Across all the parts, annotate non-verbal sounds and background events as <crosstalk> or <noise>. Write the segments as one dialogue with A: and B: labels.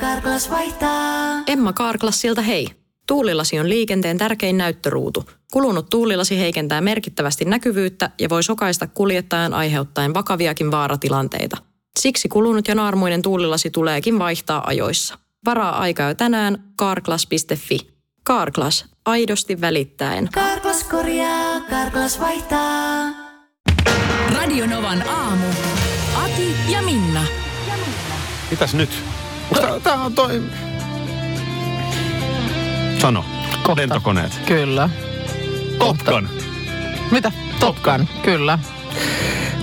A: Karklas vaihtaa.
B: Emma Karklas siltä hei. Tuulilasi on liikenteen tärkein näyttöruutu. Kulunut tuulilasi heikentää merkittävästi näkyvyyttä ja voi sokaista kuljettajan aiheuttaen vakaviakin vaaratilanteita. Siksi kulunut ja naarmuinen tuulilasi tuleekin vaihtaa ajoissa. Varaa aika jo tänään karklas.fi. Karklas, aidosti välittäen.
A: Karklas korjaa, Karklas vaihtaa.
C: Radionovan aamu. Ati ja Minna.
D: Mitäs nyt? Tämä on toi... Sano.
E: Kohta.
D: Lentokoneet.
E: Kyllä.
D: Top Gun.
E: Mitä? Topkan, kyllä.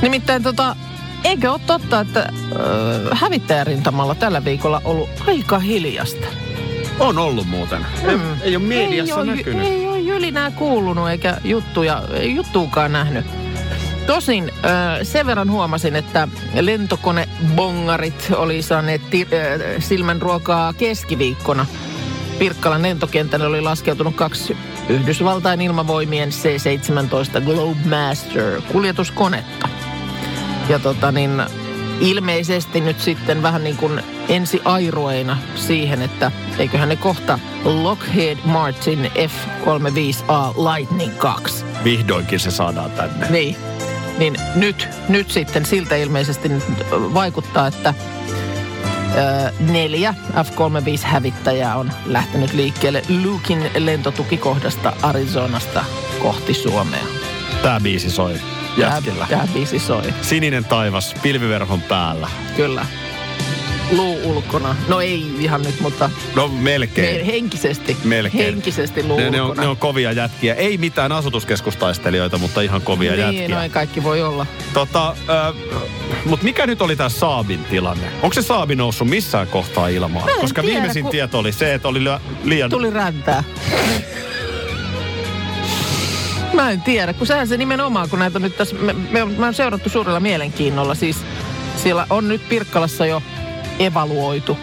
E: Nimittäin tota, eikö ole totta, että äh, hävittäjärintamalla tällä viikolla ollut aika hiljasta?
D: On ollut muuten. Mm. Ei ole mediassa
E: ei
D: näkynyt.
E: Ole, ei ole jylinää kuulunut eikä juttuja, ei juttuukaan nähnyt. Tosin ö, sen verran huomasin, että lentokonebongarit oli saaneet ti- ö, silmän ruokaa keskiviikkona. Pirkkalan lentokentälle oli laskeutunut kaksi Yhdysvaltain ilmavoimien C-17 Globemaster-kuljetuskonetta. Ja tota niin, ilmeisesti nyt sitten vähän niin kuin ensi airoina siihen, että eiköhän ne kohta Lockheed Martin F-35A Lightning 2.
D: Vihdoinkin se saadaan tänne.
E: Niin. Niin nyt, nyt sitten siltä ilmeisesti nyt vaikuttaa, että ö, neljä F-35-hävittäjää on lähtenyt liikkeelle Lukin lentotukikohdasta Arizonasta kohti Suomea.
D: Tää biisi soi jätkellä.
E: Tämä, tämä biisi soi,
D: Sininen taivas pilviverhon päällä.
E: kyllä. Luu ulkona. No ei ihan nyt, mutta
D: No melkein.
E: Me- henkisesti.
D: Melkein.
E: Henkisesti luu
D: Ne, ne, on,
E: ulkona.
D: ne on kovia jätkiä. Ei mitään asutuskeskustaistelijoita, mutta ihan kovia
E: niin,
D: jätkiä.
E: no ei kaikki voi olla.
D: Tota, äh, mutta mikä nyt oli tämä Saabin tilanne? Onko se Saabi noussut missään kohtaa ilmaan?
E: Mä en
D: Koska
E: tiedä,
D: viimeisin
E: kun-
D: tieto oli se, että oli lyö- liian...
E: Tuli räntää. <laughs> Mä en tiedä, kun sehän se nimenomaan, kun näitä on nyt tässä, me, me, me on seurattu suurella mielenkiinnolla. Siis siellä on nyt Pirkkalassa jo evaluoitu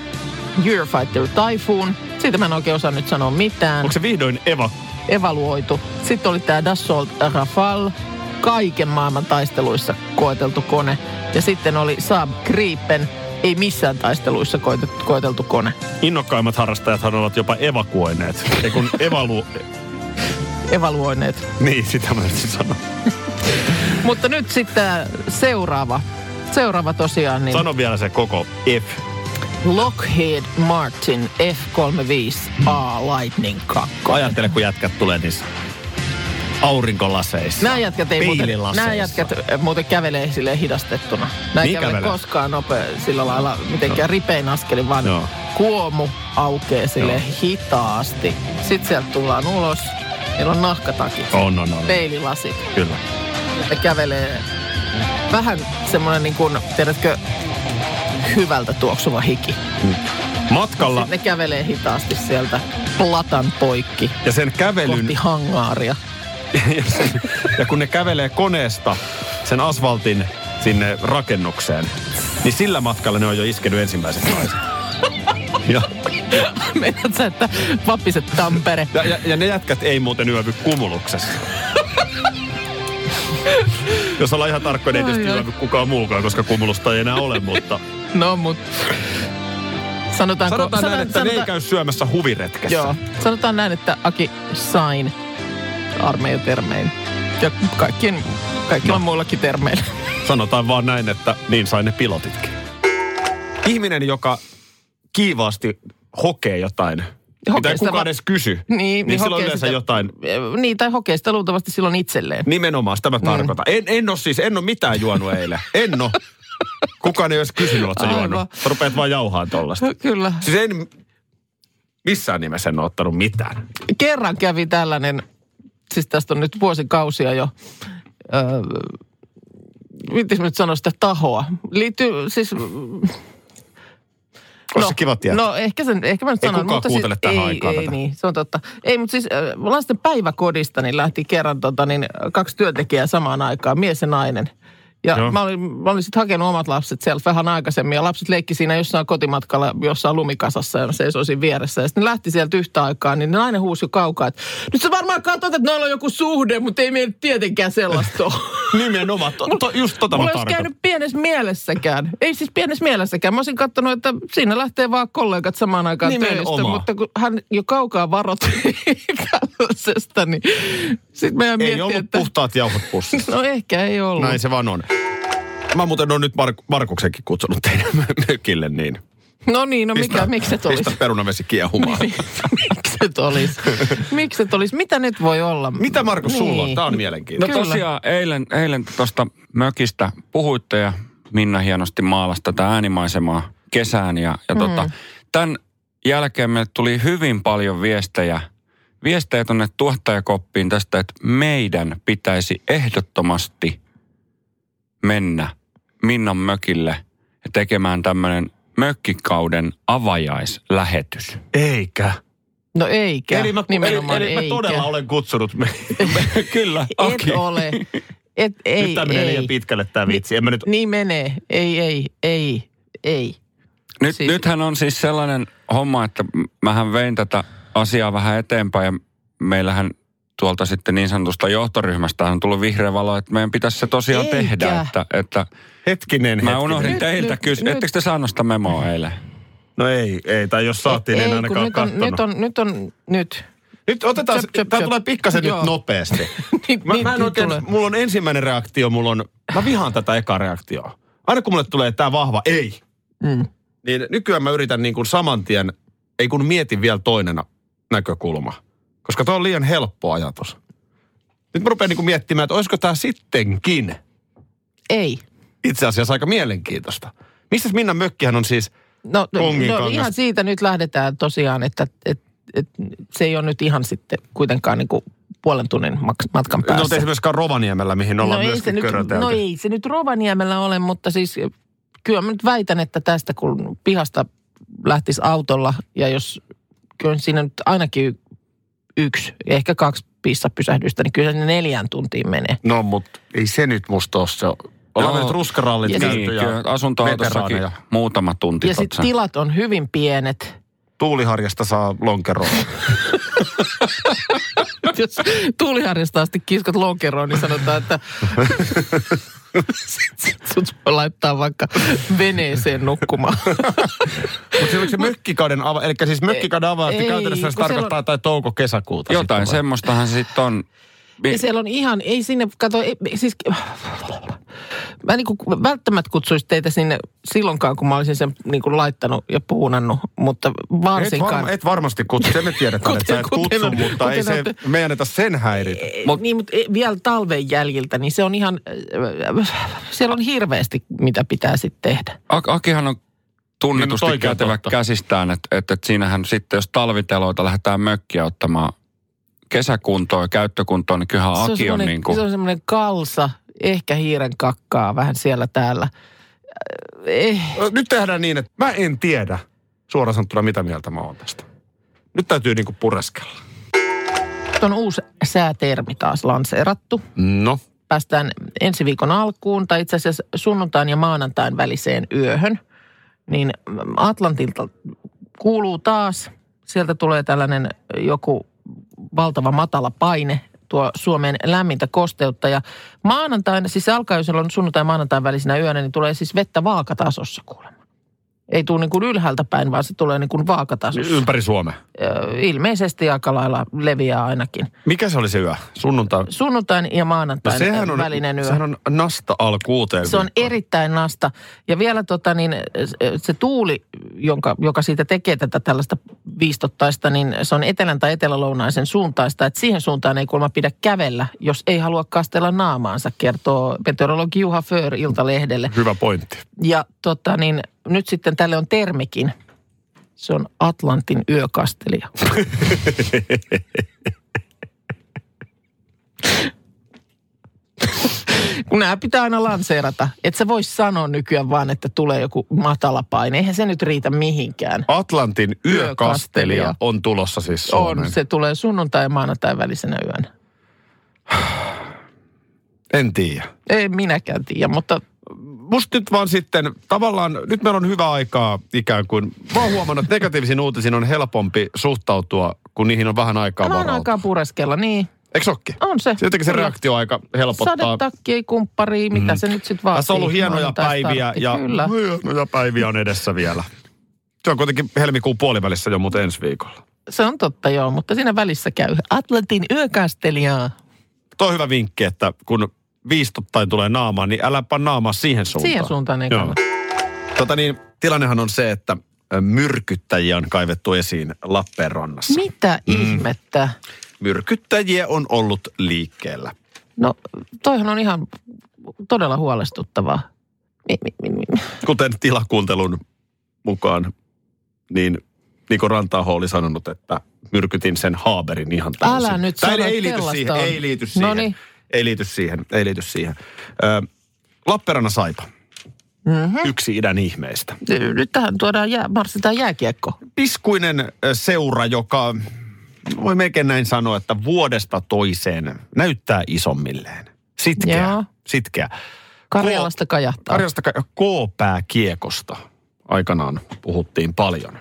E: Eurofighter Typhoon. Siitä mä en oikein osaa nyt sanoa mitään.
D: Onko se vihdoin Eva?
E: Evaluoitu. Sitten oli tämä Dassault Rafale, kaiken maailman taisteluissa koeteltu kone. Ja sitten oli Saab Gripen, ei missään taisteluissa koetettu, koeteltu kone.
D: Innokkaimmat harrastajathan ovat jopa evakuoineet. Ei kun evalu...
E: Evaluoineet.
D: <laughs> niin, sitä mä yritin sanoa.
E: Niin. Mutta nyt sitten seuraava. Seuraava tosiaan, niin
D: Sano vielä se koko F.
E: Lockheed Martin F-35A Lightning 2.
D: Ajattele, kun jätkät tulee niissä aurinkolaseissa.
E: Nämä jätkät, ei muuten,
D: peililaseissa.
E: nämä jätkät äh, muuten kävelee sille hidastettuna. Nämä
D: Niin
E: ei kävele
D: kävelee.
E: koskaan nopea, sillä lailla mitenkään ripein askelin, vaan
D: Joo.
E: kuomu aukeaa sille
D: Joo.
E: hitaasti. Sitten sieltä tullaan ulos. Niillä on nahkatakit,
D: On, on, on.
E: peililasit.
D: Kyllä.
E: Ne kävelee vähän semmoinen niin kuin, tiedätkö, hyvältä tuoksuva hiki.
D: Matkalla
E: Ne kävelee hitaasti sieltä platan poikki
D: ja sen kävelyn
E: kohti hangaaria. <laughs>
D: <laughs> ja sen- ja kun ne kävelee koneesta sen asfaltin sinne rakennukseen, niin sillä matkalla ne on jo iskenyt ensimmäiset
E: <laughs>
D: naiset. Ja,
E: Meinaat sä, että vapiset Tampere.
D: ja, ja, ja ne jätkät ei muuten yövy kumuluksessa. Jos ollaan ihan tarkkoja, niin ei tietysti
E: Ai, ai.
D: yövy kukaan muukaan, koska kumulusta ei enää ole, mutta
E: No mut... Sanotaanko,
D: sanotaan näin,
E: sanon-
D: että ne ei käy syömässä huviretkessä.
E: Joo.
D: Joo.
E: Sanotaan näin, että Aki sain armeijatermein. Ja kaikkien, kaikilla no. muillakin termeillä. <laughs>
D: Sanotaan vaan näin, että niin sai ne pilotitkin. Ihminen, joka kiivaasti hokee jotain, mitä ei
E: Hokee sitä
D: kukaan
E: va-
D: edes kysy,
E: Niin,
D: niin silloin
E: hokee
D: yleensä
E: sitä-
D: jotain
E: Niin, tai hokee sitä luultavasti silloin itselleen.
D: Nimenomaan, sitä mä
E: Niin.
D: tarkoitan. En, en ole siis, en ole mitään juonut eilen. En ole. Kukaan ei ole edes kysynyt, oot sä
E: Aivan.
D: juonut. Sä Rupeat vaan jauhaan tollasta.
E: Kyllä.
D: Siis en missään nimessä en ole ottanut mitään.
E: kerran kävi tällainen, siis tästä on nyt vuosikausia jo, öö, miten mä nyt sanoa sitä tahoa. Liittyy siis...
D: Olisi se kiva tietää.
E: No ehkä, sen, ehkä mä nyt
D: Ei
E: sanon.
D: kukaan kuuntele
E: siis,
D: tähän
E: ei,
D: aikaan
E: ei,
D: tätä.
E: Niin, se on totta. Ei, mutta siis äh, lasten päiväkodista niin lähti kerran tota, niin, kaksi työntekijää samaan aikaan, mies ja nainen. Ja
D: Joo.
E: mä olin, mä olin sitten hakenut omat lapset sieltä vähän aikaisemmin. Ja lapset leikki siinä jossain kotimatkalla, jossain lumikasassa ja seisoi siinä vieressä. Ja sitten ne lähti sieltä yhtä aikaa, niin ne aina huusi jo kaukaa, että nyt sä varmaan katsot, että noilla on joku suhde, mutta ei meillä tietenkään sellaista ole. <laughs>
D: Nimenomaan, to, to, just tota mä
E: Mulla ei olisi
D: tarkoitan.
E: käynyt pienessä mielessäkään. Ei siis pienessä mielessäkään. Mä olisin katsonut, että siinä lähtee vaan kollegat samaan aikaan
D: Nimenomaan.
E: töistä. Mutta kun hän jo kaukaa varoitti <laughs> tällaisesta, niin sitten meidän
D: Ei
E: miettii,
D: ollut
E: että...
D: puhtaat jauhot
E: <laughs>
D: pussissa.
E: No ehkä ei ollut.
D: Näin se vaan on. Mä muuten on nyt Mark- Markuksenkin kutsunut teidän <laughs> mökille, niin
E: No niin, no mikä, miksi et olisi?
D: pistä perunavesi kiehumaan.
E: Niin. <laughs> miksi et olisi? miksi et olisi? Mitä nyt voi olla?
D: Mitä Markus niin. sulla on?
E: Niin.
D: Tämä on mielenkiintoista.
F: No
E: Kyllä.
F: tosiaan eilen, eilen tuosta mökistä puhuitte ja Minna hienosti maalasi tätä äänimaisemaa kesään. Ja, ja tota, tämän jälkeen meille tuli hyvin paljon viestejä, viestejä tuonne tuottajakoppiin tästä, että meidän pitäisi ehdottomasti mennä Minnan mökille ja tekemään tämmöinen mökkikauden avajaislähetys.
D: Eikä.
E: No eikä.
D: Eli mä, eli,
E: Nimenomaan
D: eli mä
E: eikä.
D: todella olen kutsunut. Me,
F: Kyllä,
E: Et ole. Et,
D: <laughs>
E: ei,
D: nyt tämä menee
E: ei.
D: liian pitkälle tämä vitsi. En mä nyt...
E: Niin menee. Ei, ei, ei, ei.
F: Nyt,
E: Siis-
F: siis... Nythän on siis sellainen homma, että m- mähän vein tätä asiaa vähän eteenpäin ja meillähän tuolta sitten niin sanotusta johtoryhmästä on tullut vihreä valo, että meidän pitäisi se tosiaan
E: Eikä.
F: tehdä. Että, että
D: Hetkinen,
F: mä
D: hetkinen.
F: unohdin
E: Nyt,
F: teiltä
E: nyt,
F: kysyä.
E: nyt.
F: Ettekö te saanut sitä memoa eilen?
D: No ei, ei. Tai jos saatiin, en
E: kun
D: ainakaan
E: nyt on,
D: katsonut.
E: nyt on, nyt on, nyt.
D: Nyt otetaan,
E: Chöp, chöp,
D: tämä
E: chöp.
D: tulee pikkasen nyt
E: Joo.
D: nopeasti.
E: <laughs> Niin,
D: Mä,
E: niin,
D: mä en
E: niin
D: oikein,
E: tulee.
D: mulla on ensimmäinen reaktio, mulla on, mä vihaan tätä ekaa reaktioa. Aina kun mulle tulee tämä vahva ei,
E: Mm.
D: niin nykyään mä yritän niin kuin saman tien, ei kun mietin vielä toinen näkökulma. Koska tuo on liian helppo ajatus. Nyt mä rupean niin kuin miettimään, että olisiko tämä sittenkin
E: Ei.
D: itse asiassa aika mielenkiintoista. Mistä Minnan mökkihän on siis,
E: No, no,
D: Kongin
E: no
D: kangas.
E: ihan siitä nyt lähdetään tosiaan, että et, et, se ei ole nyt ihan sitten kuitenkaan niin kuin puolen tunnin maks- matkan
D: no
E: päässä.
D: ei se myöskään Rovaniemellä, mihin ollaan
E: ei se
D: myöskin
E: nyt,
D: körötelty.
E: no ei se nyt Rovaniemellä ole, mutta siis kyllä mä nyt väitän, että tästä kun pihasta lähtisi autolla ja jos kyllä siinä nyt ainakin y- yksi, ehkä kaksi pissapysähdystä, niin kyllä ne neljään tuntiin menee.
D: No, mutta ei se nyt musta ole se. Ollaan
F: No.
D: no, nyt ruskarallit
E: Ja
D: käyty
F: Niin,
D: ja
F: kyllä asuntoautossakin
D: veteraaneja.
F: muutama tunti.
E: Ja sitten
F: totsa.
E: tilat on hyvin pienet. <laughs>
D: Tuuliharjasta saa lonkeroa.
E: Jos tuuliharjasta asti kiskot lonkeroon, niin sanotaan, että <laughs> sit, sit sut voi laittaa vaikka veneeseen nukkumaan.
D: Mutta se oliko se mökkikauden ava, eli siis mökkikauden ava, että
E: Ei,
D: käytännössä se
E: kun siellä
D: tarkoittaa tai touko-kesäkuuta.
F: Jotain
D: sitten vai?
F: semmoistahan se sitten on. Mi-
E: Ja siellä on ihan, ei sinne, kato, ei, siis... Mä niin kuin välttämättä kutsuisin teitä sinne silloinkaan, kun mä olisin sen niin kuin laittanut ja puunannut, mutta
D: Et, varma,
E: varsinkaan.
D: et varmasti kutsu, se me tiedetään, että sä et
E: Kuten- kuten
D: kutsu,
E: on-
D: mutta ei se,
E: kuten on-
D: me ei anneta sen häiritä.
E: Mut, niin, mutta ei- vielä talven jäljiltä, niin se on ihan, äh, siellä on hirveästi, mitä pitää sitten tehdä.
F: Ak- Akihan on tunnetusti
D: Niin,
F: no,
D: mutta oikein
F: kätevä
D: totta.
F: käsistään, että, että, että siinähän sitten, jos talviteloita lähdetään mökkiä ottamaan kesäkuntoon ja käyttökuntoon, niin kyllähän
E: se on
F: Aki on,
E: semmoinen-
F: niin kuin...
E: Se on semmoinen kalsa, ehkä hiiren kakkaa vähän siellä täällä. Äh, Eh,
D: Ö, Nyt tehdään niin, että mä en tiedä suoraan sanottuna, mitä mieltä mä oon tästä. Nyt täytyy niinku pureskella.
E: on uusi säätermi taas lanseerattu.
D: No.
E: Päästään ensi viikon alkuun tai itse asiassa sunnuntain ja maanantain väliseen yöhön. Niin Atlantilta kuuluu taas, sieltä tulee tällainen joku valtava matala paine tuo Suomen lämmintä kosteutta. Ja maanantaina, siis se alkaa jo silloin sunnuntai ja maanantain välisenä yönä, niin tulee siis vettä vaakatasossa kuulemma. Ei tule niin kuin ylhäältä päin, vaan se tulee niin kuin vaakatasossa.
D: Ympäri Suomea.
E: Ö, Ilmeisesti aika lailla leviää ainakin.
D: Mikä se oli se yö? Sunnuntai?
E: Sunnuntain ja
D: No
E: maanantain
D: sehän on,
E: välinen yö.
D: sehän on nasta alkuuteen.
E: Se on
D: viikkoon.
E: erittäin nasta. Ja vielä tota, niin, se tuuli, jonka, joka siitä tekee tätä tällaista viistottaista, niin se on etelän tai etelälounaisen suuntaista. Et siihen suuntaan ei kuulemma pidä kävellä, jos ei halua kastella naamaansa, kertoo meteorologi Juha Föör Iltalehdelle.
D: Hyvä pointti.
E: Ja tota, niin, nyt sitten tälle on termikin. Se on Atlantin
D: <laughs>
E: yökastelija. Kun nämä pitää aina lanseerata. Et sä vois sanoa nykyään vaan, että tulee joku matalapaine. Eihän se nyt riitä mihinkään.
D: Atlantin yökastelija
E: Yökastelija.
D: on tulossa siis Suomeen.
E: On, se tulee sunnuntai ja maanantai välisenä yönä.
D: En tiedä.
E: Ei minäkään tiedä, mutta
D: Musta nyt vaan sitten, tavallaan nyt meillä on hyvä aikaa ikään kuin. Mä oon huomannut, että negatiivisiin uutisiin on helpompi suhtautua, kun niihin on vähän aikaa
E: on
D: varautua.
E: aikaa pureskella, niin.
D: Eikö sokki?
E: On se.
D: Jotenkin se
E: Kyllä.
D: reaktioaika helpottaa.
E: Sadetakki ei kumppariin, mitä se nyt sitten vaatii.
D: Mm. Tässä on ollut hienoja
E: Maanantai
D: päiviä
E: startti,
D: ja
E: Kyllä.
D: hienoja päiviä on edessä vielä. Se on kuitenkin helmikuun puolivälissä jo muuten ensi viikolla.
E: Se on totta joo, mutta siinä välissä käy Atlantin yökastelijaa.
D: Tuo on hyvä vinkki, että kun viistottain tulee naamaan, niin älä panna naamaa siihen suuntaan.
E: Siihen suuntaan ei
D: Joo.
E: kannata.
D: Tota niin, tilannehan on se, että ö, myrkyttäjiä on kaivettu esiin Lappeenrannassa.
E: Mitä
D: Mm.
E: ihmettä?
D: Myrkyttäjiä on ollut liikkeellä.
E: No toihan on ihan todella huolestuttavaa. Mi- mi- mi- mi-
D: Kuten tilakuuntelun mukaan, niin Niko Rantaaho oli sanonut, että myrkytin sen haaberin ihan
E: Älä
D: täysin.
E: nyt
D: Tai
E: sano,
D: ei,
E: että
D: liity
E: tällaista
D: siihen,
E: on.
D: ei liity siihen,
E: Noniin.
D: ei liity siihen, ei liity siihen. Ö, Lappeenrannan saipa,
E: Mhm.
D: yksi idän ihmeistä.
E: Nyt tähän tuodaan, jää, marssitaan jääkiekko.
D: piskuinen ö, seura, joka voi melkein näin sanoa, että vuodesta toiseen näyttää isommilleen. Sitkeä,
E: Joo.
D: sitkeä.
E: Karjalasta kajahtaa.
D: Karjasta K-pääkiekosta aikanaan puhuttiin paljon.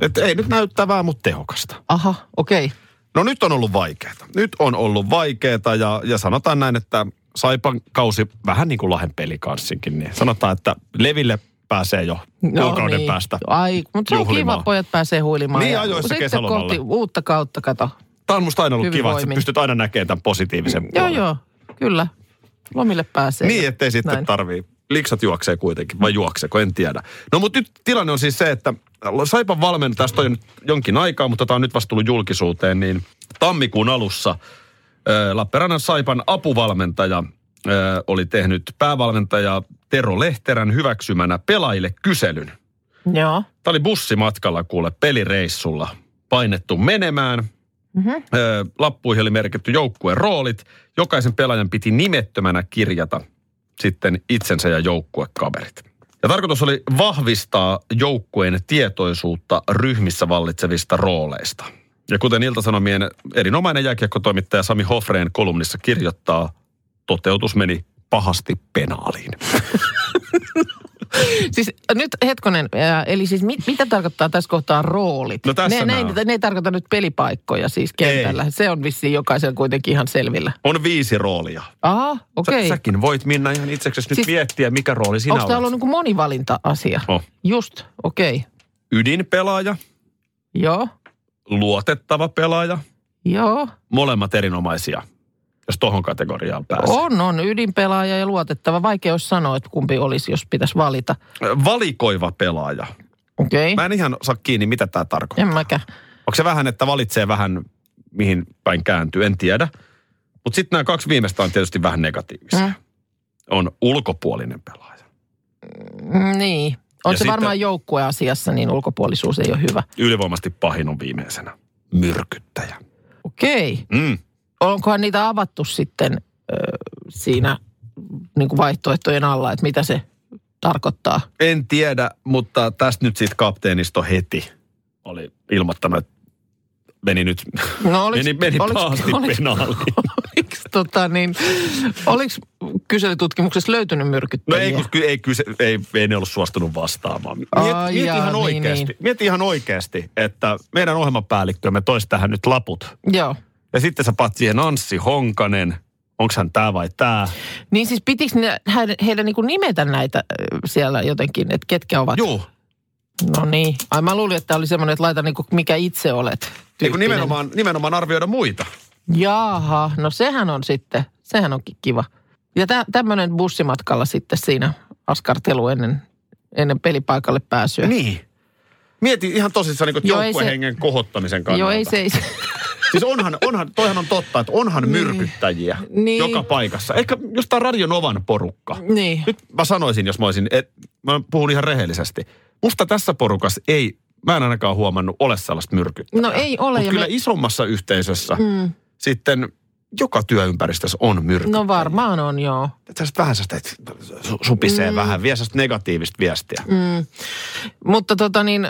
D: Et ei nyt näyttävää, mutta tehokasta.
E: Aha, okei. Okay.
D: No nyt on ollut vaikeaa. Nyt on ollut vaikeaa ja, ja sanotaan näin, että Saipan kausi vähän niin kuin Lahden pelikanssinkin. Niin sanotaan, että Leville pääsee jo kuukauden päästä.
E: No niin. Ai, mutta se on
D: juhlimaan.
E: kiva, että pojat pääsee huilimaan.
D: Niin
E: ja
D: ajoissa
E: sitten
D: kesälomalle.
E: kohti uutta kautta, kato.
D: Tämä on musta aina ollut
E: Hyvin
D: kiva, että sä
E: voimin.
D: pystyt aina näkemään tämän positiivisen
E: Joo,
D: puolen.
E: joo, kyllä. Lomille pääsee.
D: Niin, ettei sitten
E: Näin.
D: tarvii. Liksat juoksee kuitenkin, vai juokseko, en tiedä. No mutta nyt tilanne on siis se, että Saipan valmentaja, tästä on jo nyt jonkin aikaa, mutta tämä on nyt vasta tullut julkisuuteen, niin tammikuun alussa ö, Lappeenrannan Saipan apuvalmentaja ö, oli tehnyt päävalmentaja Tero Lehterän hyväksymänä pelaajille kyselyn.
E: Joo.
D: Tämä oli bussimatkalla kuule pelireissulla painettu menemään.
E: Mhm.
D: Ö, Lappuihin oli merkitty joukkueen roolit. Jokaisen pelaajan piti nimettömänä kirjata sitten itsensä ja joukkuekaverit. Ja tarkoitus oli vahvistaa joukkueen tietoisuutta ryhmissä vallitsevista rooleista. Ja kuten Ilta-Sanomien erinomainen jääkiekkotoimittaja Sami Hofreen kolumnissa kirjoittaa, toteutus meni pahasti penaaliin.
E: Siis nyt hetkonen, ää, eli siis mit, mitä tarkoittaa tässä kohtaa roolit?
D: No tässä
E: ne, ne,
D: nää
E: ei,
D: on.
E: niitä- ne ei tarkoita nyt pelipaikkoja siis kentällä. Ei. Se on vissiin jokaisen kuitenkin ihan selvillä.
D: On viisi roolia.
E: Aha,
D: Sä,
E: okei. Okay.
D: Säkin voit Minna ihan itseksesi nyt
E: Siis-
D: miettiä, mikä rooli sinä
E: Onko tämä
D: olet.
E: ollut niin kuin monivalinta-asia?
D: Oh.
E: Just, okei. Okay.
D: Ydinpelaaja,
E: Joo,
D: luotettava pelaaja,
E: joo.
D: molemmat erinomaisia, jos tohon kategoriaan pääsee.
E: On, on. Ydinpelaaja ja luotettava. Vaikea olisi sanoa, että kumpi olisi, jos pitäisi valita.
D: Valikoiva pelaaja.
E: Okei, okay.
D: Mä en ihan saa kiinni, mitä tämä tarkoittaa.
E: en mäkään.
D: Onko se vähän, että valitsee vähän, mihin päin kääntyy, en tiedä. Mutta sitten nämä kaksi viimeistä on tietysti vähän negatiivisia.
E: Mm.
D: On ulkopuolinen pelaaja.
E: Mm, Niin. On
D: Ja
E: ja se
D: sitten-
E: sitten... varmaan joukkueasiassa, niin ulkopuolisuus ei ole hyvä.
D: Ylivoimasti pahin on viimeisenä. Myrkyttäjä.
E: Okei. Okay.
D: Mm.
E: Onkohan niitä avattu sitten ö, siinä niin kuin vaihtoehtojen alla, että mitä se tarkoittaa?
D: En tiedä, mutta tästä nyt siitä kapteenisto heti oli ilmoittanut, että meni nyt
E: No oliks,
D: meni, meni
E: oliks-
D: pahasti
E: oliks-
D: penaaliin.
E: oliks tota niin, oliks kyselytutkimuksessa löytynyt
D: No
E: myrkyttäjiä?
D: ei, kun, ky- ei, kyse, ei, ei ne ollut suostunut vastaamaan. Mieti,
E: Ai
D: mieti,
E: jaa,
D: ihan
E: niin,
D: oikeasti,
E: niin.
D: mieti ihan oikeasti, että meidän ohjelmapäällikkömme toisi tähän nyt laput.
E: Joo.
D: Ja sitten sä paat siihen Anssi Honkanen, onks hän tää vai tää.
E: Niin siis pitikö ne, heidän, heidän niin kuin nimetä näitä ö, siellä jotenkin, että ketkä ovat?
D: Juu,
E: No niin. Ai mä luulin, että tää oli semmoinen, että laita niin kuin mikä itse olet.
D: niin kun
E: tyyppinen.
D: nimenomaan, nimenomaan arvioida muita.
E: Jaaha, no sehän on sitten, sehän onkin kiva. Ja tä, tämmöinen bussimatkalla sitten siinä askartelu ennen, ennen pelipaikalle pääsyä.
D: Niin. Mieti ihan tosissaan niin
E: Joo, ei se-
D: joukkuehengen kohottamisen kannalta.
E: Joo, ei se, ei se. <laughs>
D: Siis onhan, onhan, toihan on totta, että onhan myrkyttäjiä
E: Niin.
D: joka paikassa. Ehkä jos tää on Radionovan porukka.
E: niin.
D: Nyt mä sanoisin, jos mä olisin, et, mä puhun ihan rehellisesti. Musta tässä porukassa ei, mä en ainakaan huomannut, ole sellaista myrkyttäjää.
E: No ei ole,
D: Mut
E: ja
D: kyllä
E: me-
D: isommassa yhteisössä
E: Mm.
D: sitten joka työympäristössä on myrkyttäjä.
E: No varmaan on, joo.
D: Tästä vähän sellaista, että su- supisee mm. vähän, vie sellaista negatiivista viestiä. Mm.
E: Mutta tota niin,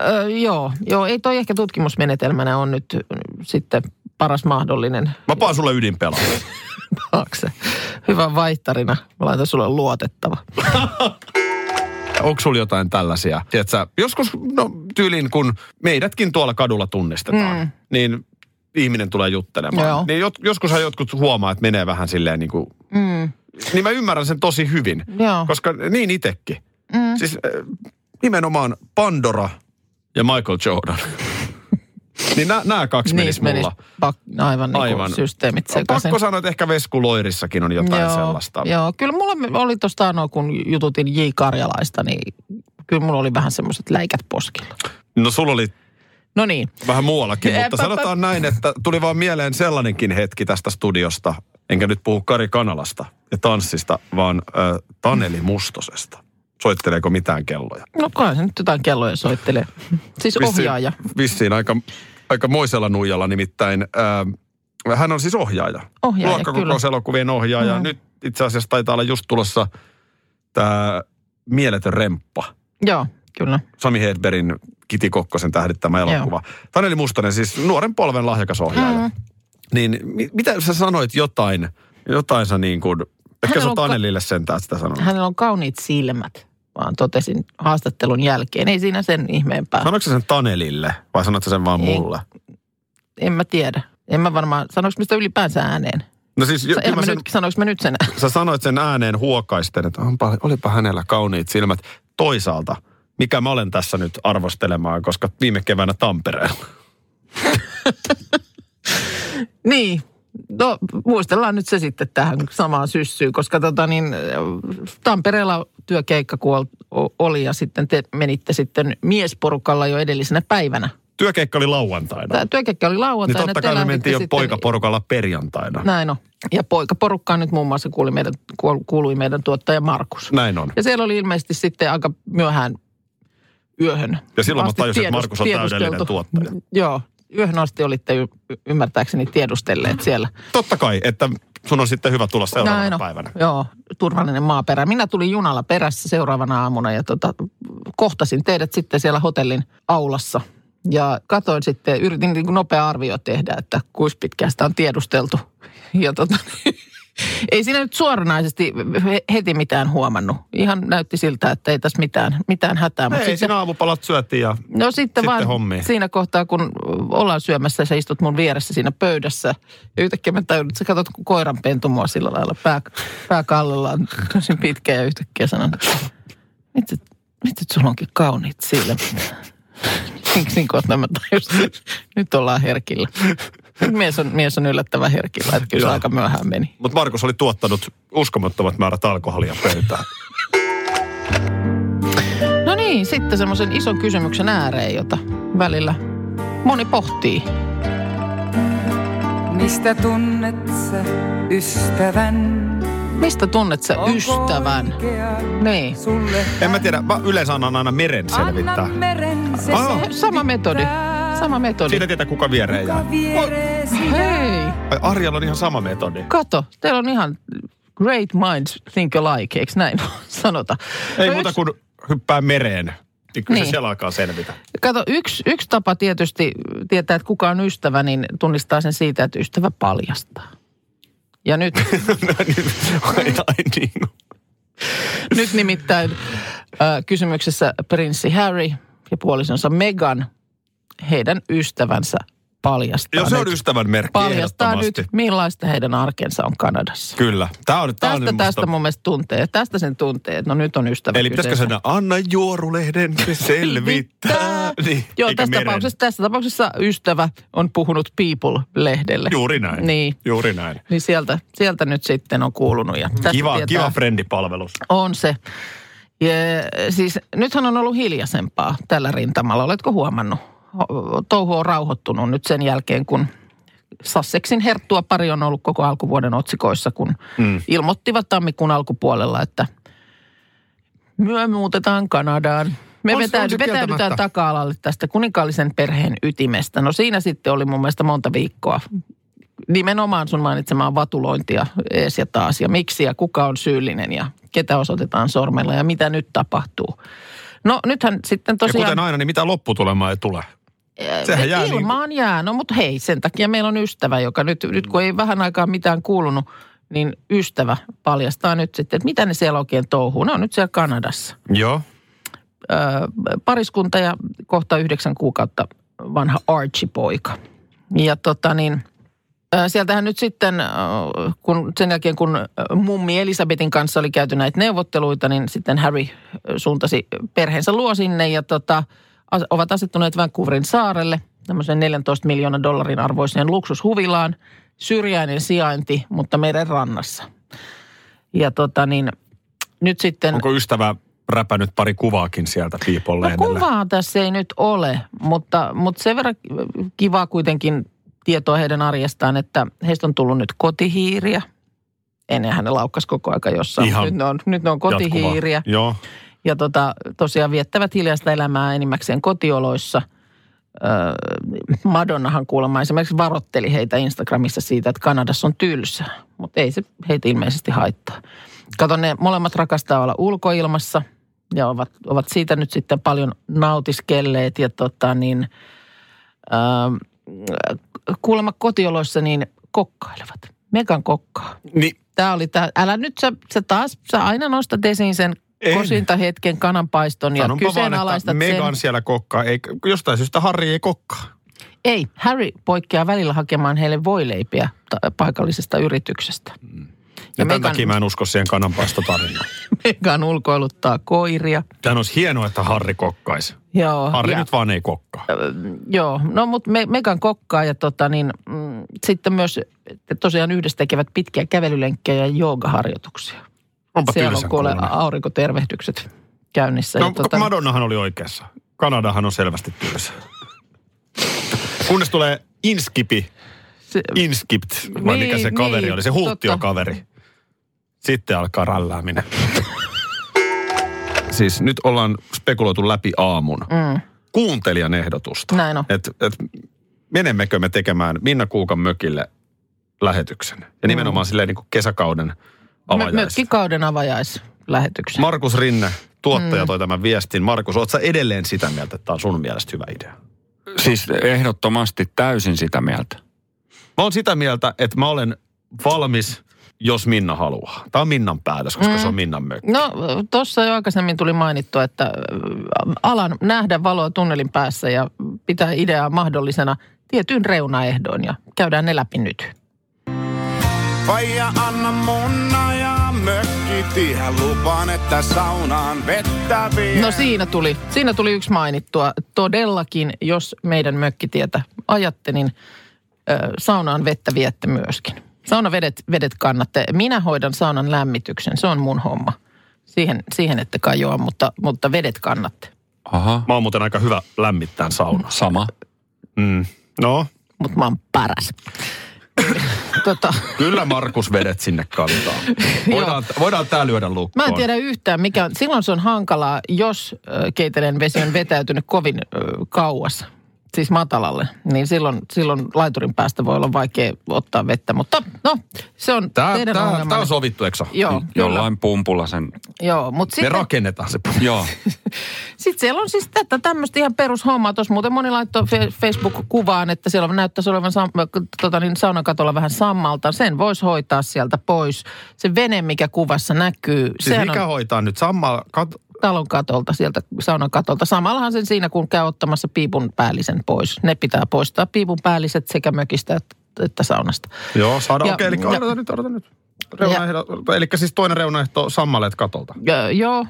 E: ö, joo, joo, ei toi ehkä tutkimusmenetelmänä on nyt ö, sitten paras mahdollinen
D: Mä paan sulle ydinpelaa.
E: taakse. Hyvä vaihtarina. Mä laitan sulle luotettava.
D: Onko sulla jotain tällaisia? Tiedätkö, joskus no, tyyliin, kun meidätkin tuolla kadulla tunnistetaan, mm. niin ihminen tulee juttelemaan.
E: Joo.
D: Niin jot, joskushan jotkut huomaa, että menee vähän silleen niin kuin... Mm. Niin mä ymmärrän sen tosi hyvin,
E: Joo.
D: koska niin itekin. Mm. Siis äh, nimenomaan Pandora ja Michael
E: <laughs>
D: Jordan. niin nämä kaksi menis
E: Niissä menis
D: mulla.
E: pak- aivan, aivan.
D: Aivan.
E: Niin systeemit sekaisin.
D: Pakko sanoa, että ehkä Vesku Loirissakin on jotain sellaista.
E: Joo, kyllä mulla me- oli tuosta anoa, kun jututin J. Karjalaista, niin kyllä mulla oli vähän semmoiset läikät poskilla.
D: No sulla oli
E: No niin,
D: Vähän muuallakin,
E: Ei,
D: mutta
E: pa- pa-
D: sanotaan näin, että tuli vaan mieleen sellainenkin hetki tästä studiosta. Enkä nyt puhu Kari Kanalasta ja tanssista, vaan äh, Taneli Mustosesta. Soitteleeko mitään kelloja?
E: no kai se nyt jotain
D: <laughs>
E: kelloja soittelee. Siis ohjaaja.
D: Vissiin aika, aika moisella nuijalla nimittäin. Äh, hän on siis ohjaaja.
E: Ohjaaja,
D: Luokkakokouselokuvien ohjaaja.
E: Mm.
D: Mm. Nyt itse asiassa taitaa olla just tulossa tämä mieletön remppa.
E: Joo, kyllä.
D: Sami Hedbergin Kiti Kokkosen tähdittämä elokuva. Taneli Mustonen, siis nuoren polven lahjakas ohjaaja. Mm. Niin mi- mitä sä sanoit jotain, jotain sä niin kuin, ehkä
E: Hänellä
D: sä
E: on ka-
D: Tanelille sentään sitä sanonut.
E: Hänellä on kauniit silmät, vaan totesin haastattelun jälkeen. Ei siinä sen ihmeempää.
D: Sanoitko sä sen Tanelille vai sanoit sä sen vaan
E: Ei.
D: mulle?
E: En mä tiedä. En mä varmaan, sanoinko mistä ylipäänsä ääneen?
D: No siis, jo,
E: Eihän
D: kyllä
E: mä
D: mä sen,
E: nyt, sanoinko mä nyt sen?
D: sä sanoit sen ääneen huokaisten, että onpa, olipa hänellä kauniit silmät. Toisaalta, mikä mä olen tässä nyt arvostelemaan, koska viime keväänä Tampereella.
E: Niin. No, muistellaan nyt se sitten tähän samaan syssyyn, koska tota niin, äh, Tampereella työkeikka kun ol- o- oli ja sitten te menitte sitten miesporukalla jo edellisenä päivänä.
D: Työkeikka oli lauantaina.
E: Tämä työkeikka oli
D: niin
E: lauantaina.
D: totta
E: te
D: kai me
E: lähditte
D: mentiin jo
E: sitten- niin-
D: poikaporukalla perjantaina.
E: Näin on. Ja poikaporukkaan nyt muun muassa kuuli meidän, kuol- kuului meidän tuottaja Markus.
D: Näin on.
E: Ja siellä oli ilmeisesti sitten aika myöhään yöhön.
D: Ja silloin mä
E: asti
D: tajusin, että
E: tiedus-
D: Markus on täydellinen
E: tiedusteltu.
D: tuottaja.
E: Joo. Yöhön asti olitte y- y- ymmärtääkseni tiedustelleet siellä.
D: Totta kai, että sun on sitten hyvä tulla seuraavana
E: Näin on.
D: päivänä.
E: Joo, turvallinen maaperä. Minä tulin junalla perässä seuraavana aamuna ja tota, kohtasin teidät sitten siellä hotellin aulassa. Ja katsoin sitten, yritin niin kuin nopea arvio tehdä, että kuinka pitkään sitä on tiedusteltu. <laughs> Ja tota, ei siinä nyt suoranaisesti he- heti mitään huomannut. Ihan näytti siltä, että ei tässä mitään, mitään hätää.
D: Ei,
E: Mutta
D: sitten...
E: sitten-
D: siinä aamupalat syötiin ja
E: No sitten,
D: Sitten
E: vaan
D: hommiin.
E: siinä kohtaa, kun ollaan syömässä ja sä istut mun vieressä siinä pöydässä. Ja yhtäkkiä mä tajun, että sä katsot kun koiran pentumoa sillä lailla. Pää, pää kallellaan tosi pitkä ja yhtäkkiä sanon, mitä, mitä sulla onkin kauniit silmät. Miksi niin kohta mä tajusin, että nyt ollaan herkillä. Nyt Mies on, mies on yllättävän herkillä, että kyllä se
D: Joo.
E: aika myöhään meni.
D: mutta Markus oli tuottanut uskomattomat määrät alkoholia pöytään.
E: No niin, sitten semmoisen ison kysymyksen ääreen, jota välillä moni pohtii.
G: Mistä tunnet sä ystävän?
E: Mistä tunnet sä
G: Onko
E: ystävän?
G: oikea
E: Niin.
G: Sulle
D: en mä tiedä, mä yleensä annan aina meren
G: Anna
D: selvittää.
G: meren se
D: Aa.
G: selvittää.
E: Sama metodi. Sama metodi.
D: Siitä tietää, kuka viereen jää.
G: Kuka viereesi
E: Hei,
D: Ai, Arjalla on ihan sama metodi.
E: kato, teillä on ihan great minds think alike, eikö näin <laughs> sanota?
D: Ei
E: No
D: muuta
E: yksi-
D: kuin hyppää mereen. Niin kyllä
E: Niin.
D: se siellä alkaa selvitä. <laughs>
E: Kato, yksi, yksi tapa tietysti tietää, että kuka on ystävä, niin tunnistaa sen siitä, että ystävä paljastaa.
D: <laughs>
E: Ja nyt,
D: No niin, ai, ai niin.
E: nyt nimittäin äh, kysymyksessä prinssi Harry ja puolisonsa Meghan, heidän ystävänsä paljastaa
D: Jos se on
E: nyt-
D: ystävän merkki
E: paljastaa nyt,
D: ehdottomasti.
E: millaista heidän arkensa on Kanadassa.
D: Kyllä. Tää on, tää on
E: Tästä,
D: musta-
E: tästä mun mielestä tuntee. Tästä sen tuntee, että no nyt on ystävä
D: Eli pitäisikö
E: kyseessä.
D: sen anna
E: <laughs>
D: juorulehden se selvittää? <laughs> niin,
E: Joo,
D: eikä
E: tässä
D: meren.
E: tapauksessa, tässä tapauksessa ystävä on puhunut People-lehdelle.
D: Juuri näin.
E: Niin.
D: Juuri näin.
E: Niin sieltä, sieltä nyt sitten on kuulunut. Ja tästä
D: Kiva,
E: tietää-
D: kiva frendipalvelus.
E: On se. Ja, siis nythän on ollut hiljaisempaa tällä rintamalla. Oletko huomannut? Ho- Touhu on rauhoittunut nyt sen jälkeen, kun Sasseksin herttua pari on ollut koko alkuvuoden otsikoissa, kun mm. ilmoittivat tammikuun alkupuolella, että myö muutetaan Kanadaan. Me
D: On se- on
E: vetäydy,
D: se
E: vetäydytään
D: kieltämättä.
E: taka-alalle tästä kuninkaallisen perheen ytimestä. No siinä sitten oli mun mielestä monta viikkoa nimenomaan sun mainitsemaan vatulointia ees ja taas ja miksi ja kuka on syyllinen ja ketä osoitetaan sormella ja mitä nyt tapahtuu. No nythän sitten
D: Ja kuten
E: tosiaan
D: aina, niin mitä lopputulemaa ei tule? Sehän jää niin
E: Ilma on jää, no mutta hei, sen takia meillä on ystävä, joka nyt, nyt kun ei vähän aikaa mitään kuulunut, niin ystävä paljastaa nyt sitten, että mitä ne siellä oikein touhuu. Ne on nyt siellä Kanadassa.
D: Joo.
E: Öö, pariskunta ja kohta yhdeksän kuukautta vanha Archie-poika. Ja tota niin, öö, sieltähän nyt sitten, öö, kun, sen jälkeen kun öö, mummi Elisabetin kanssa oli käyty näitä neuvotteluita, niin sitten Harry öö, suuntasi perheensä luo sinne ja tota, as- ovat asettuneet Vancouverin saarelle tämmöisen 14 miljoonan dollarin arvoiseen luksushuvilaan. Syrjäinen sijainti, mutta meren rannassa. Ja tota niin, nyt sitten...
H: Onko ystävä räpänyt pari kuvaakin sieltä piipolleen?
E: No kuvaa tässä ei nyt ole, mutta, mutta sen verran kivaa kuitenkin tietoa heidän arjestaan, että heistä on tullut nyt kotihiiriä. Ennenhän ne laukkas koko aika jossain.
H: Ihan
E: nyt, ne on, nyt ne on kotihiiriä.
H: Joo.
E: Ja tota, tosiaan viettävät hiljaista elämää enimmäkseen kotioloissa. Öö, Madonnahan kuulemma esimerkiksi varotteli heitä Instagramissa siitä, että Kanadassa on tylsää. Mutta ei se heitä ilmeisesti haittaa. Kato, ne molemmat rakastaa olla ulkoilmassa ja ovat, ovat siitä nyt sitten paljon nautiskelleet. Ja tota niin, öö, kuulemma kotioloissa niin kokkailevat. Megan kokkaa.
H: Niin,
E: Tämä oli tää. Älä nyt sä, sä taas, sä aina nostat esiin sen
H: En.
E: kosintahetken kananpaiston ja
H: sanonpa vaan, että
E: kyseenalaistat
H: Megan
E: sen.
H: siellä kokkaa. Ei, jostain syystä Harri ei kokkaa.
E: Ei, Harry poikkeaa välillä hakemaan heille voileipiä ta- paikallisesta yrityksestä.
H: Mm. Ja, tämän
E: Megan-
H: takia mä en usko siihen kananpaistotarinaan.
E: <laughs> Megan ulkoiluttaa koiria.
H: Tämän olisi hienoa, että Harri kokkaisi.
E: Joo,
H: Harri
E: ja,
H: nyt vaan ei kokkaa.
E: joo. no mutta me, Megan kokkaa ja tota niin, mm, sitten myös että tosiaan yhdessä tekevät pitkiä kävelylenkkejä ja joogaharjoituksia.
H: Onpa
E: Siellä
H: tylsän
E: on kuule
H: kuulonen.
E: aurinkotervehdykset käynnissä. niin
H: No, tota... Madonnahan oli oikeassa. Kanadahan on selvästi tylsä. Kunnes tulee Inskipi,
E: se,
H: Inskipt, vai
E: Niin,
H: mikä se kaveri
E: niin,
H: oli, se hulttiokaveri. Sitten alkaa rällääminen.
D: <laughs> Siis nyt ollaan spekuloitu läpi aamun. Mm. Kuuntelijan ehdotusta.
E: Näin on.
D: Et, et, menemmekö me tekemään Minna Kuukan mökille lähetyksen? Ja nimenomaan silleen niin kuin kesäkauden
E: Mm. Mö-
D: avajais.
E: Mökkikauden avajaislähetyksen.
D: Markus Rinne,
E: Mm.
D: tuottaja, toi tämän viestin. Markus, oot sä edelleen sitä mieltä, että tämä on sun mielestä hyvä idea?
F: Siis ehdottomasti täysin sitä mieltä.
D: Mä oon sitä mieltä, että mä olen valmis, jos Minna haluaa. Tämä on Minnan päätös, koska se on Minnan mökki.
E: No tuossa jo aikaisemmin tuli mainittua, että ö, alan nähdä valoa tunnelin päässä ja pitää ideaa mahdollisena tietyn reunaehdoin ja käydään ne läpi nyt.
I: Faija anna mun ja mökkitihän lupaan, että saunaan vettä vie.
E: No siinä tuli, siinä tuli yksi mainittua. Todellakin, jos meidän mökkitietä ajatte, niin ö, saunaan vettä viette myöskin. Saunavedet vedet kannatte. Minä hoidan saunan lämmityksen, se on mun homma. Siihen, siihen ette kajoa, mutta, mutta vedet kannatte.
F: Aha,
D: Mä oon muuten aika hyvä Mm. lämmittää saunaa.
F: sama.
E: Mm.
H: No,
E: mutta mä oon paras. <coughs> tota,
D: Kyllä Markus vedet sinne kantaa.
E: <laughs>
D: Voidaan, voidaan tää lyödä lukkoon.
E: mä en tiedä yhtään, mikä on. Silloin se on hankalaa, jos ö, keitelen vesi on vetäytynyt kovin ö, kauas, siis matalalle. Niin silloin, silloin laiturin päästä voi olla vaikea ottaa vettä, mutta no, se on
D: Tää,
E: teidän
D: tää, tää
E: ongelmanne.
D: on sovittu, eikö Joo.
E: Joo, kyllä.
F: Jollain pumpulla sen.
E: Joo, mutta
D: Me
E: sitten,
D: rakennetaan se.
F: Joo,
E: sitten siellä on siis tätä tämmöistä ihan perushommaa. Tuossa muuten moni laittoi fe- Facebook-kuvaan, että siellä on- näyttäisi olevan sam- tota niin, saunakatolla vähän sammalta. Sen voisi hoitaa sieltä pois. Se vene, mikä kuvassa näkyy,
H: siis
E: sehän
H: mikä
E: on
H: hoitaa nyt? Samma, kat...
E: talon katolta, sieltä saunan katolta. Samallahan sen siinä, kun käy ottamassa piipun päällisen pois. Ne pitää poistaa piipun päälliset sekä mökistä että- että saunasta.
D: Joo, saadaan.
E: Ja-
D: Okei, eli
E: ja-
D: odota nyt, odota nyt. Reunaehdo, eli siis toinen reunaehto sammaleet katolta.
E: Ö, joo,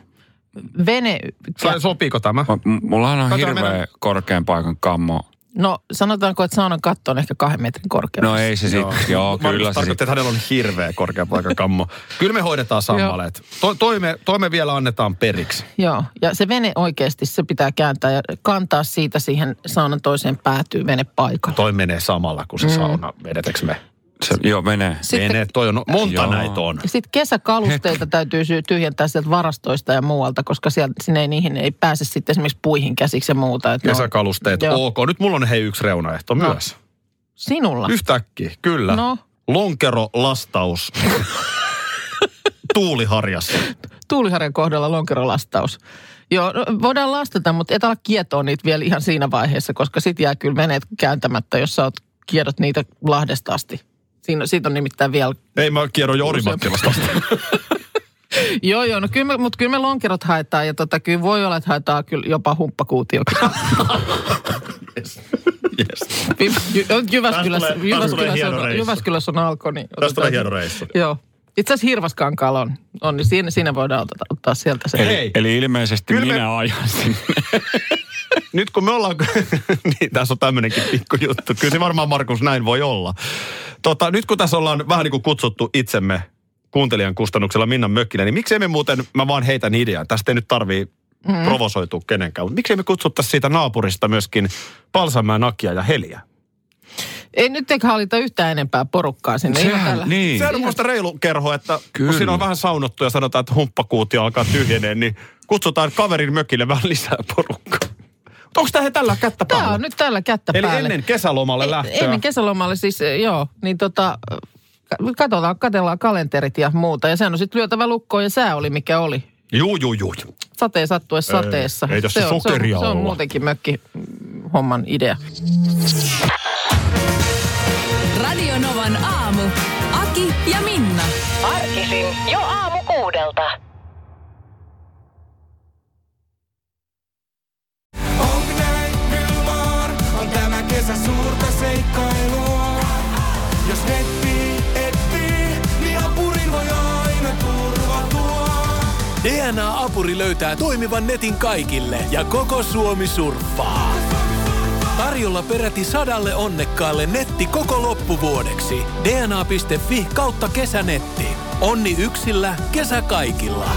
E: vene...
D: Sai, sopiiko tämä?
F: M- m- mullahan on
D: Katsotaan
F: hirveä
D: meidän-
F: korkean paikan kammo.
E: No sanotaanko, että saunan katto on ehkä kahden metrin korkea.
F: No ei se sitten, joo,
E: siis-
F: kyllä se
D: tarkoitti,
F: sitten.
D: että hänellä on hirveä korkea kammo. Kyllä me hoidetaan sammaleet. To, toi, me, toi me vielä annetaan periksi.
E: Joo, ja se vene oikeasti, se pitää kääntää ja kantaa siitä siihen saunan toiseen päätyy vene paikalle.
D: Toi menee samalla kuin se
E: Mm.
D: sauna. Vedetekö me?
F: Se, joo, menee.
D: Menee, toi on monta
F: Joo.
D: näitä on.
E: Sitten kesäkalusteita täytyy sy- tyhjentää sieltä varastoista ja muualta, koska sieltä, sinne ei, niihin ei pääse sitten esimerkiksi puihin käsiksi ja muuta. Että ne on-
D: Kesäkalusteet,
E: Joo.
D: ok. Nyt mulla on hei yksi reunaehto
E: No.
D: myös.
E: Sinulla?
D: Yhtäkkiä, kyllä.
E: No. <laughs>
D: Lonkero, lastaus. Tuuliharjas.
E: Tuuliharjan kohdalla lonkerolastaus. Joo, no, voidaan lastata, mutta et ala kietoa niitä vielä ihan siinä vaiheessa, koska sit jää kyllä menet kääntämättä, jos sä oot kiedot niitä Lahdesta asti. Siinä, siitä on nimittäin vielä...
D: Ei mä kierro Jouri
E: <laughs>
D: Mattilasta.
E: Joo, joo, no kyllä me, mutta kyllä me lonkerot haetaan ja tota, kyllä voi olla, että haetaan kyllä jopa <laughs> humppakuutiokin. yes. Jy, Jyväskylässä,
D: Tästä tulee- tästä tulee
E: Jyväskylässä,
D: hieno
E: on,
D: reissu.
E: Jyväskylässä on alko, niin
D: Tästä tulee
E: otetaan-
D: hieno reissu.
E: Joo. Itse asiassa Hirvaskankaalla on, on niin siinä, siinä voidaan ottaa, ottaa sieltä se.
F: Eli, eli ilmeisesti
D: Kyllä
F: Kyllä
D: me-
F: minä ajan sinne.
D: Nyt kun me ollaan, <laughs> niin tässä on tämmöinenkin pikku juttu. Kyllä se varmaan Markus näin voi olla. Tota, nyt kun tässä ollaan vähän niin kuin kutsuttu itsemme kuuntelijan kustannuksella Minnan mökkille, niin miksei me muuten, mä vaan heitän idean, tästä ei nyt tarvii mm. provosoitua kenenkään, mutta miksei me kutsuttaisi siitä naapurista myöskin Palsamäen Nakia ja Heliä?
E: Ei nyt eikä hallita yhtään enempää porukkaa sinne. Ihan tällä-
F: niin.
D: Sehän on muista reilu kerho, että Kyllä.
F: Kyllä.
D: kun siinä on vähän saunottu ja sanotaan, että humppakuutio alkaa tyhjeneen, niin kutsutaan kaverin mökille vähän lisää porukkaa. Onko tämä tällä kättä
E: Tää
D: päällä?
E: on nyt tällä kättä
D: Eli
E: päälle.
D: ennen kesälomalle lähtöä.
E: Ennen kesälomalle siis, eh, joo, niin tota, ka- katsotaan, katellaan kalenterit ja muuta. Ja sehän on sitten lyötävä lukkoon ja sää oli mikä oli.
D: Juu, juu, juu.
E: Sateen sattuessa
D: Ei,
E: sateessa.
D: ei tässä
E: se on,
D: sokeria
E: se on, se on
D: olla.
E: muutenkin mökki mm, homman idea.
J: Radio Novan aamu. Aki ja Minna.
K: Arkisin jo aamu kuudelta.
L: Jos netti etsii, niin apurin voi aina turvatua.
M: DNA-apuri löytää toimivan netin kaikille ja koko Suomi surffaa. Tarjolla peräti sadalle onnekkaalle netti koko loppuvuodeksi. dna.fi kautta kesänetti. Onni yksillä, kesä kaikilla.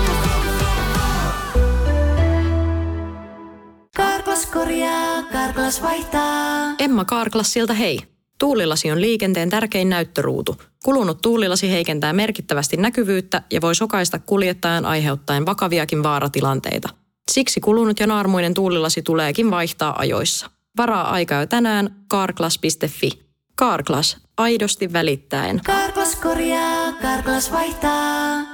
N: Karklas korjaa, Karklas vaihtaa.
B: Emma Kaarklas siltä hei. Tuulilasi on liikenteen tärkein näyttöruutu. Kulunut tuulilasi heikentää merkittävästi näkyvyyttä ja voi sokaista kuljettajan aiheuttaen vakaviakin vaaratilanteita. Siksi kulunut ja naarmuinen tuulilasi tuleekin vaihtaa ajoissa. Varaa aika jo tänään karklas.fi. Karklas, aidosti välittäen.
N: Karklas korjaa, Karklas vaihtaa.